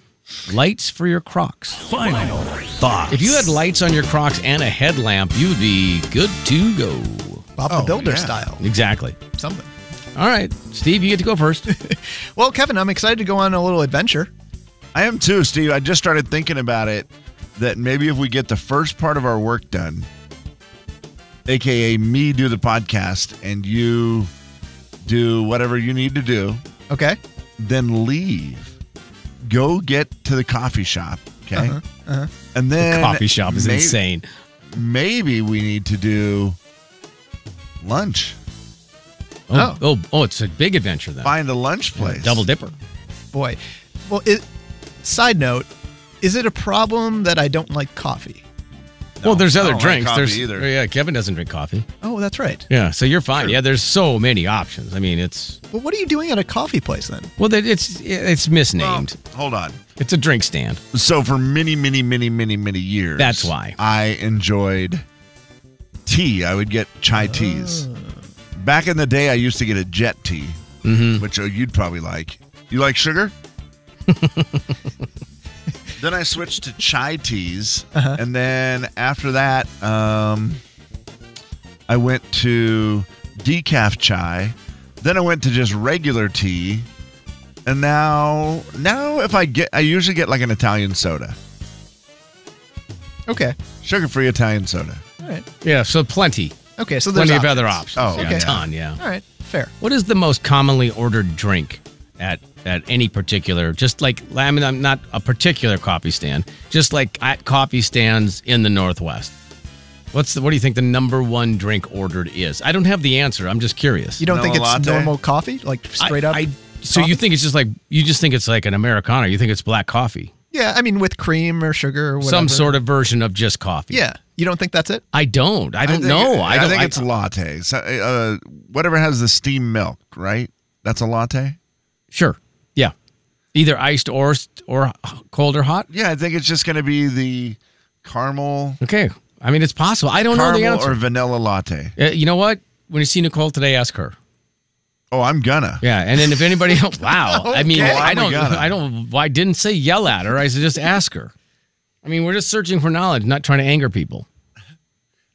Speaker 1: Lights for your Crocs.
Speaker 4: Final thought.
Speaker 1: If you had lights on your Crocs and a headlamp, you would be good to go.
Speaker 3: Bob
Speaker 2: Oh,
Speaker 3: the Builder
Speaker 2: yeah.
Speaker 3: style.
Speaker 1: Exactly.
Speaker 3: Something.
Speaker 1: All right, Steve, you get to go first.
Speaker 3: Well, Kevin, I'm excited to go on a little adventure.
Speaker 2: I am too, Steve. I just started thinking about it that maybe if we get the first part of our work done, aka me do the podcast and you do whatever you need to do,
Speaker 3: Okay.
Speaker 2: then leave. Go get to the coffee shop, okay?
Speaker 3: Uh-huh, uh-huh.
Speaker 2: And then
Speaker 1: Coffee shop is
Speaker 2: may-
Speaker 1: insane.
Speaker 2: Maybe we need to do lunch.
Speaker 1: Oh, oh, oh, it's a big adventure then.
Speaker 2: Find a lunch place.
Speaker 1: Double dipper.
Speaker 3: Boy. Well, it, side note, is it a problem that I don't like coffee?
Speaker 1: well, there's
Speaker 2: I
Speaker 1: other
Speaker 2: don't like
Speaker 1: drinks.
Speaker 2: coffee
Speaker 1: there's
Speaker 2: either.
Speaker 1: yeah, Kevin doesn't drink coffee.
Speaker 3: Oh, that's right.
Speaker 1: Yeah, so you're fine. Yeah, there's so many options. I mean, it's
Speaker 3: Well, what are you doing at a coffee place then?
Speaker 1: well, that- it's it's
Speaker 2: Well,
Speaker 1: misnamed.
Speaker 2: hold on.
Speaker 1: It's a drink stand.
Speaker 2: So for many, many, many, many, many years,
Speaker 1: That's why.
Speaker 2: I enjoyed tea. I would get chai teas. Back in the day, I used to get a jet tea,
Speaker 1: Mm-hmm.
Speaker 2: which uh, you'd probably like. You like sugar? then I switched to chai teas,
Speaker 1: Uh-huh.
Speaker 2: and then after that, um, I went to decaf chai. Then I went to just regular tea, and now now if I get, I usually get like an Italian soda,
Speaker 3: Okay.
Speaker 2: sugar-free Italian soda.
Speaker 3: All right.
Speaker 1: Yeah, so plenty.
Speaker 3: Okay. So there's
Speaker 1: Plenty of
Speaker 3: options.
Speaker 1: other options.
Speaker 2: Oh,
Speaker 1: yeah,
Speaker 2: okay.
Speaker 1: a ton, yeah.
Speaker 3: All right. Fair.
Speaker 1: What is the most commonly ordered drink at at any particular? Just like I mean, I'm not a particular coffee stand. Just like at coffee stands in the Northwest. What's the, what do you think the number one drink ordered is? I don't have the answer. I'm just curious.
Speaker 3: You don't
Speaker 2: No
Speaker 3: think it's
Speaker 2: latte?
Speaker 3: normal coffee, like
Speaker 1: I-
Speaker 3: straight up?
Speaker 1: I, so you think it's just like you just think it's like an americano. You think it's black coffee,
Speaker 3: yeah. I mean, with cream or sugar or whatever.
Speaker 1: some sort of version of just coffee.
Speaker 3: Yeah. You don't think that's it?
Speaker 1: I don't. I don't
Speaker 2: think-
Speaker 1: know. I don't.
Speaker 2: think it's a latte. So, uh, whatever has the steam milk, right? That's a latte.
Speaker 1: sure. Yeah, either iced or or cold or hot.
Speaker 2: Yeah, I think it's just going to be the caramel,
Speaker 1: Okay. I mean, it's possible. I don't know the
Speaker 2: caramel
Speaker 1: answer.
Speaker 2: or vanilla latte.
Speaker 1: Uh, you know what? When you see Nicole today, ask her.
Speaker 2: Oh, I'm gonna.
Speaker 1: Yeah, and then if anybody, wow, I mean,
Speaker 2: Okay.
Speaker 1: I don't,
Speaker 2: Oh my God.
Speaker 1: I don't, I didn't say yell at her. I said just ask her. I mean, we're just searching for knowledge, not trying to anger people.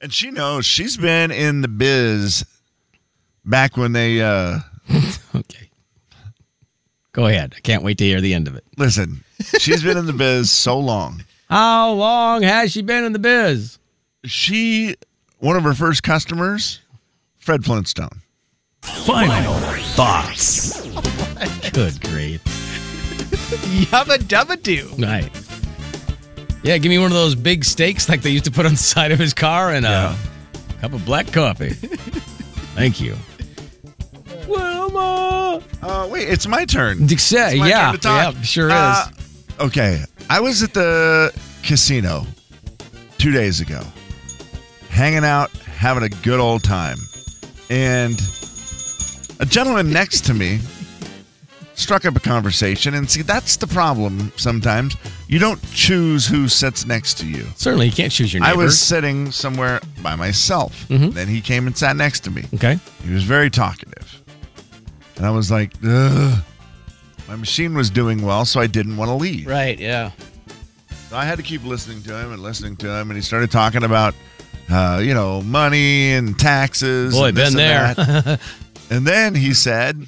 Speaker 2: And she knows she's been in the biz back when they uh,
Speaker 1: Okay, go ahead. I can't wait to hear the end of it.
Speaker 2: listen. She's been in the biz so long.
Speaker 1: How long has she been in the biz?
Speaker 2: She, one of her first customers, Fred Flintstone.
Speaker 4: Final thoughts.
Speaker 1: Good grief!
Speaker 3: Yabba dabba do.
Speaker 1: All Right. Yeah, give me one of those big steaks like they used to put on the side of his car and a cup of black coffee. Thank you. Wilma.
Speaker 2: Uh, wait, it's my turn.
Speaker 1: Exactly.
Speaker 2: It's my
Speaker 1: Uh, yeah,
Speaker 2: turn to talk.
Speaker 1: yeah, sure
Speaker 2: Uh,
Speaker 1: is.
Speaker 2: Okay. I was at the casino two days ago, hanging out, having a good old time. And a gentleman next to me struck up a conversation. And see, that's the problem sometimes. You don't choose who sits next to you.
Speaker 1: Certainly, you can't choose your
Speaker 2: I
Speaker 1: neighbor.
Speaker 2: was sitting somewhere by myself.
Speaker 1: Mhm.
Speaker 2: Then he came and sat next to me.
Speaker 1: okay.
Speaker 2: He was very talkative. And I was like, Ugh. my machine was doing well, so I didn't want to leave.
Speaker 1: Right. Yeah.
Speaker 2: So I had to keep listening to him and listening to him, and he started talking about, uh, you know, money and taxes.
Speaker 1: Boy,
Speaker 2: and
Speaker 1: been
Speaker 2: this
Speaker 1: there.
Speaker 2: and that. And then he said,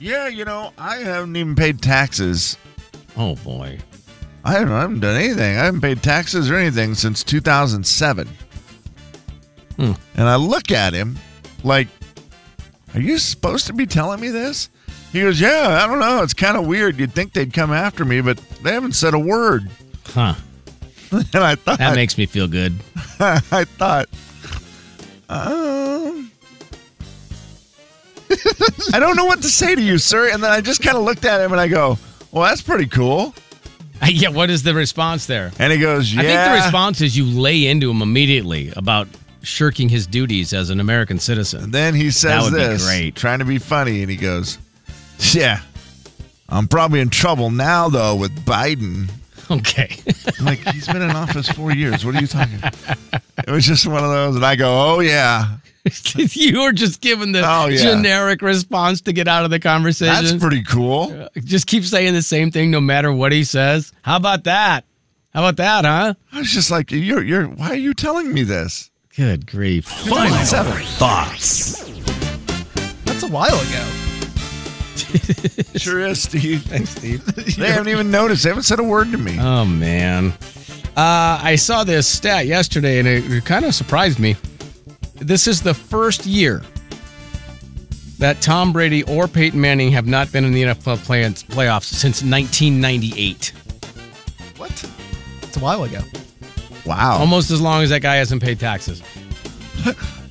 Speaker 2: "Yeah, you know, I haven't even paid taxes.
Speaker 1: oh boy.
Speaker 2: I haven't, I haven't done anything. I haven't paid taxes or anything since 2007."
Speaker 1: Hmm.
Speaker 2: And I look at him, like, "Are you supposed to be telling me this?" He goes, "Yeah, I don't know. It's kind of weird. You'd think they'd come after me, but they haven't said a word."
Speaker 1: Huh.
Speaker 2: And I thought
Speaker 1: That makes me feel good.
Speaker 2: I thought, um, I don't know what to say to you, sir. And then I just kind of looked at him and I go, well, that's pretty cool.
Speaker 1: yeah. What is the response there?
Speaker 2: And he goes, yeah.
Speaker 1: I think the response is you lay into him immediately about shirking his duties as an American citizen.
Speaker 2: and then he says
Speaker 1: would be
Speaker 2: this,
Speaker 1: great.
Speaker 2: trying to be funny. And he goes, yeah, I'm probably in trouble now, though, with Biden.
Speaker 1: Okay.
Speaker 2: I'm like, he's been in office four years. What are you talking about? It was just one of those. And I go, oh, yeah,
Speaker 1: you were just giving the
Speaker 2: Oh, yeah.
Speaker 1: generic response to get out of the
Speaker 2: that's
Speaker 1: conversation.
Speaker 2: pretty cool.
Speaker 1: just keep saying the same thing no matter what he says. How about that? How about that, huh?
Speaker 2: I was just like, you're, you're, why are you telling me this?
Speaker 1: Good grief.
Speaker 4: Final
Speaker 2: Seven.
Speaker 4: thoughts.
Speaker 3: That's a while ago.
Speaker 2: Sure is, Steve. Thanks, Steve. they haven't even noticed. They haven't said a word to me.
Speaker 1: Oh man, uh, I saw this stat yesterday, and it, it kind of surprised me. This is the first year that Tom Brady or Peyton Manning have not been in the NFL play- playoffs since 1998.
Speaker 2: what?
Speaker 3: It's a while ago.
Speaker 2: Wow.
Speaker 1: Almost as long as that guy hasn't paid taxes.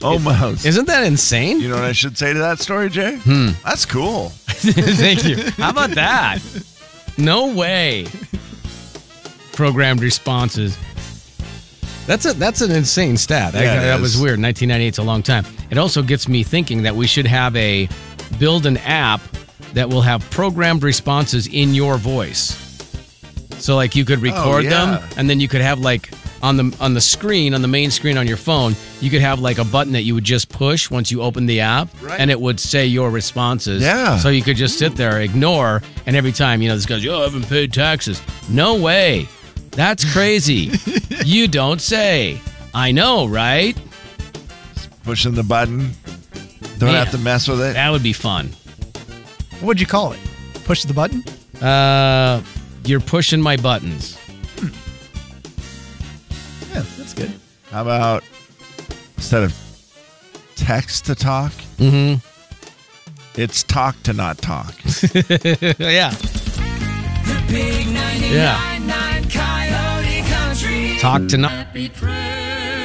Speaker 2: Almost.
Speaker 1: Isn't that insane?
Speaker 2: you know what I should say to that story, Jay? Hmm. That's cool.
Speaker 1: Thank you. How about that? No way. Programmed responses. That's a that's an insane stat. I-
Speaker 2: Yeah, it
Speaker 1: that
Speaker 2: is.
Speaker 1: was weird. 1998's a long time. It also gets me thinking that we should have a build an app that will have programmed responses in your voice. So like you could record
Speaker 2: Oh, yeah.
Speaker 1: them and then you could have like on the on the screen on the main screen on your phone, you could have like a button that you would just push once you open the app,
Speaker 2: Right.
Speaker 1: and it would say your responses.
Speaker 2: Yeah.
Speaker 1: So you could just sit there, ignore, and every time you know this goes, "Yo, I haven't paid taxes." No way, that's crazy. you don't say. I know, right?
Speaker 2: Pushing the button. Don't
Speaker 1: Man.
Speaker 2: have to mess with it.
Speaker 1: That would be fun.
Speaker 3: What'd you call it? Push the button?
Speaker 1: Uh, you're pushing my buttons.
Speaker 3: Yeah, that's good.
Speaker 2: How about instead of text to talk,
Speaker 1: Mm-hmm.
Speaker 2: it's talk to not talk.
Speaker 1: yeah.
Speaker 6: The big 99.9 Coyote Country.
Speaker 1: Talk to not.
Speaker 6: Happy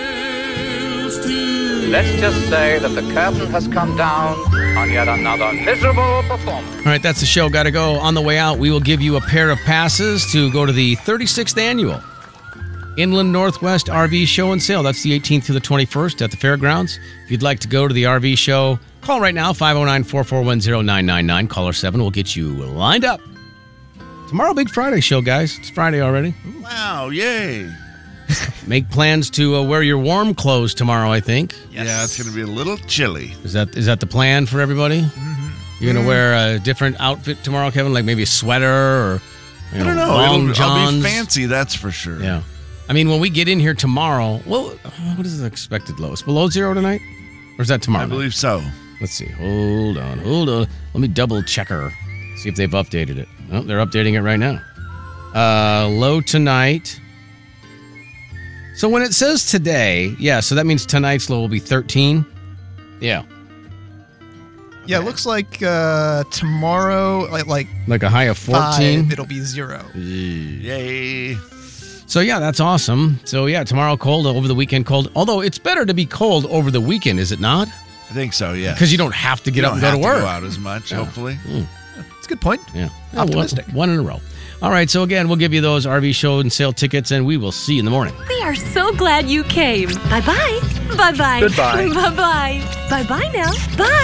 Speaker 6: trails to
Speaker 5: Let's just say that the curtain has come down on yet another miserable performance.
Speaker 1: All right, that's the show. Got to go. On the way out, we will give you a pair of passes to go to the 36th annual Inland Northwest RV Show and Sale. That's the 18th to the 21st at the fairgrounds. If you'd like to go to the RV show, call right now 509 441 999. Caller 7 will get you lined up. Tomorrow, Big Friday show, guys. It's Friday already.
Speaker 2: wow, yay.
Speaker 1: Make plans to uh, wear your warm clothes tomorrow, I think.
Speaker 2: Yeah, it's going to be a little chilly.
Speaker 1: Is that is that the plan for everybody?
Speaker 2: Mm-hmm.
Speaker 1: You're gonna wear a different outfit tomorrow, Kevin, like maybe a sweater or you know,
Speaker 2: I don't know.
Speaker 1: long
Speaker 2: It'll, I'll be
Speaker 1: johns.
Speaker 2: fancy, that's for sure.
Speaker 1: Yeah, I mean when we get in here tomorrow, well, what is the expected lowest? Below zero tonight, or is that tomorrow?
Speaker 2: I
Speaker 1: night?
Speaker 2: believe so.
Speaker 1: Let's see. Hold on. Hold on. Let me double check her. See if they've updated it. Oh, they're updating it right now. Uh, low tonight. So when it says today, yeah, so that means tonight's low will be 13. Yeah,
Speaker 3: Yeah, it looks like uh, tomorrow, like, like
Speaker 1: like a high of 14.
Speaker 3: five, it'll be zero.
Speaker 2: Yay.
Speaker 1: So yeah, that's awesome. So yeah, tomorrow cold, over the weekend cold. Although it's better to be cold over the weekend, is it not?
Speaker 2: I think so, yeah.
Speaker 1: Because you don't have to get
Speaker 2: You
Speaker 1: up and go
Speaker 2: don't
Speaker 1: to
Speaker 2: have
Speaker 1: work.
Speaker 2: go out as much, hopefully.
Speaker 3: It's a good point.
Speaker 1: Yeah, Yeah,
Speaker 3: Optimistic.
Speaker 1: One, one in a row. All right. So again, we'll give you those RV show and sale tickets, and we will see you in the morning.
Speaker 8: We are so glad you came. Bye bye. Bye bye. Goodbye. Bye bye. Bye bye now. Bye.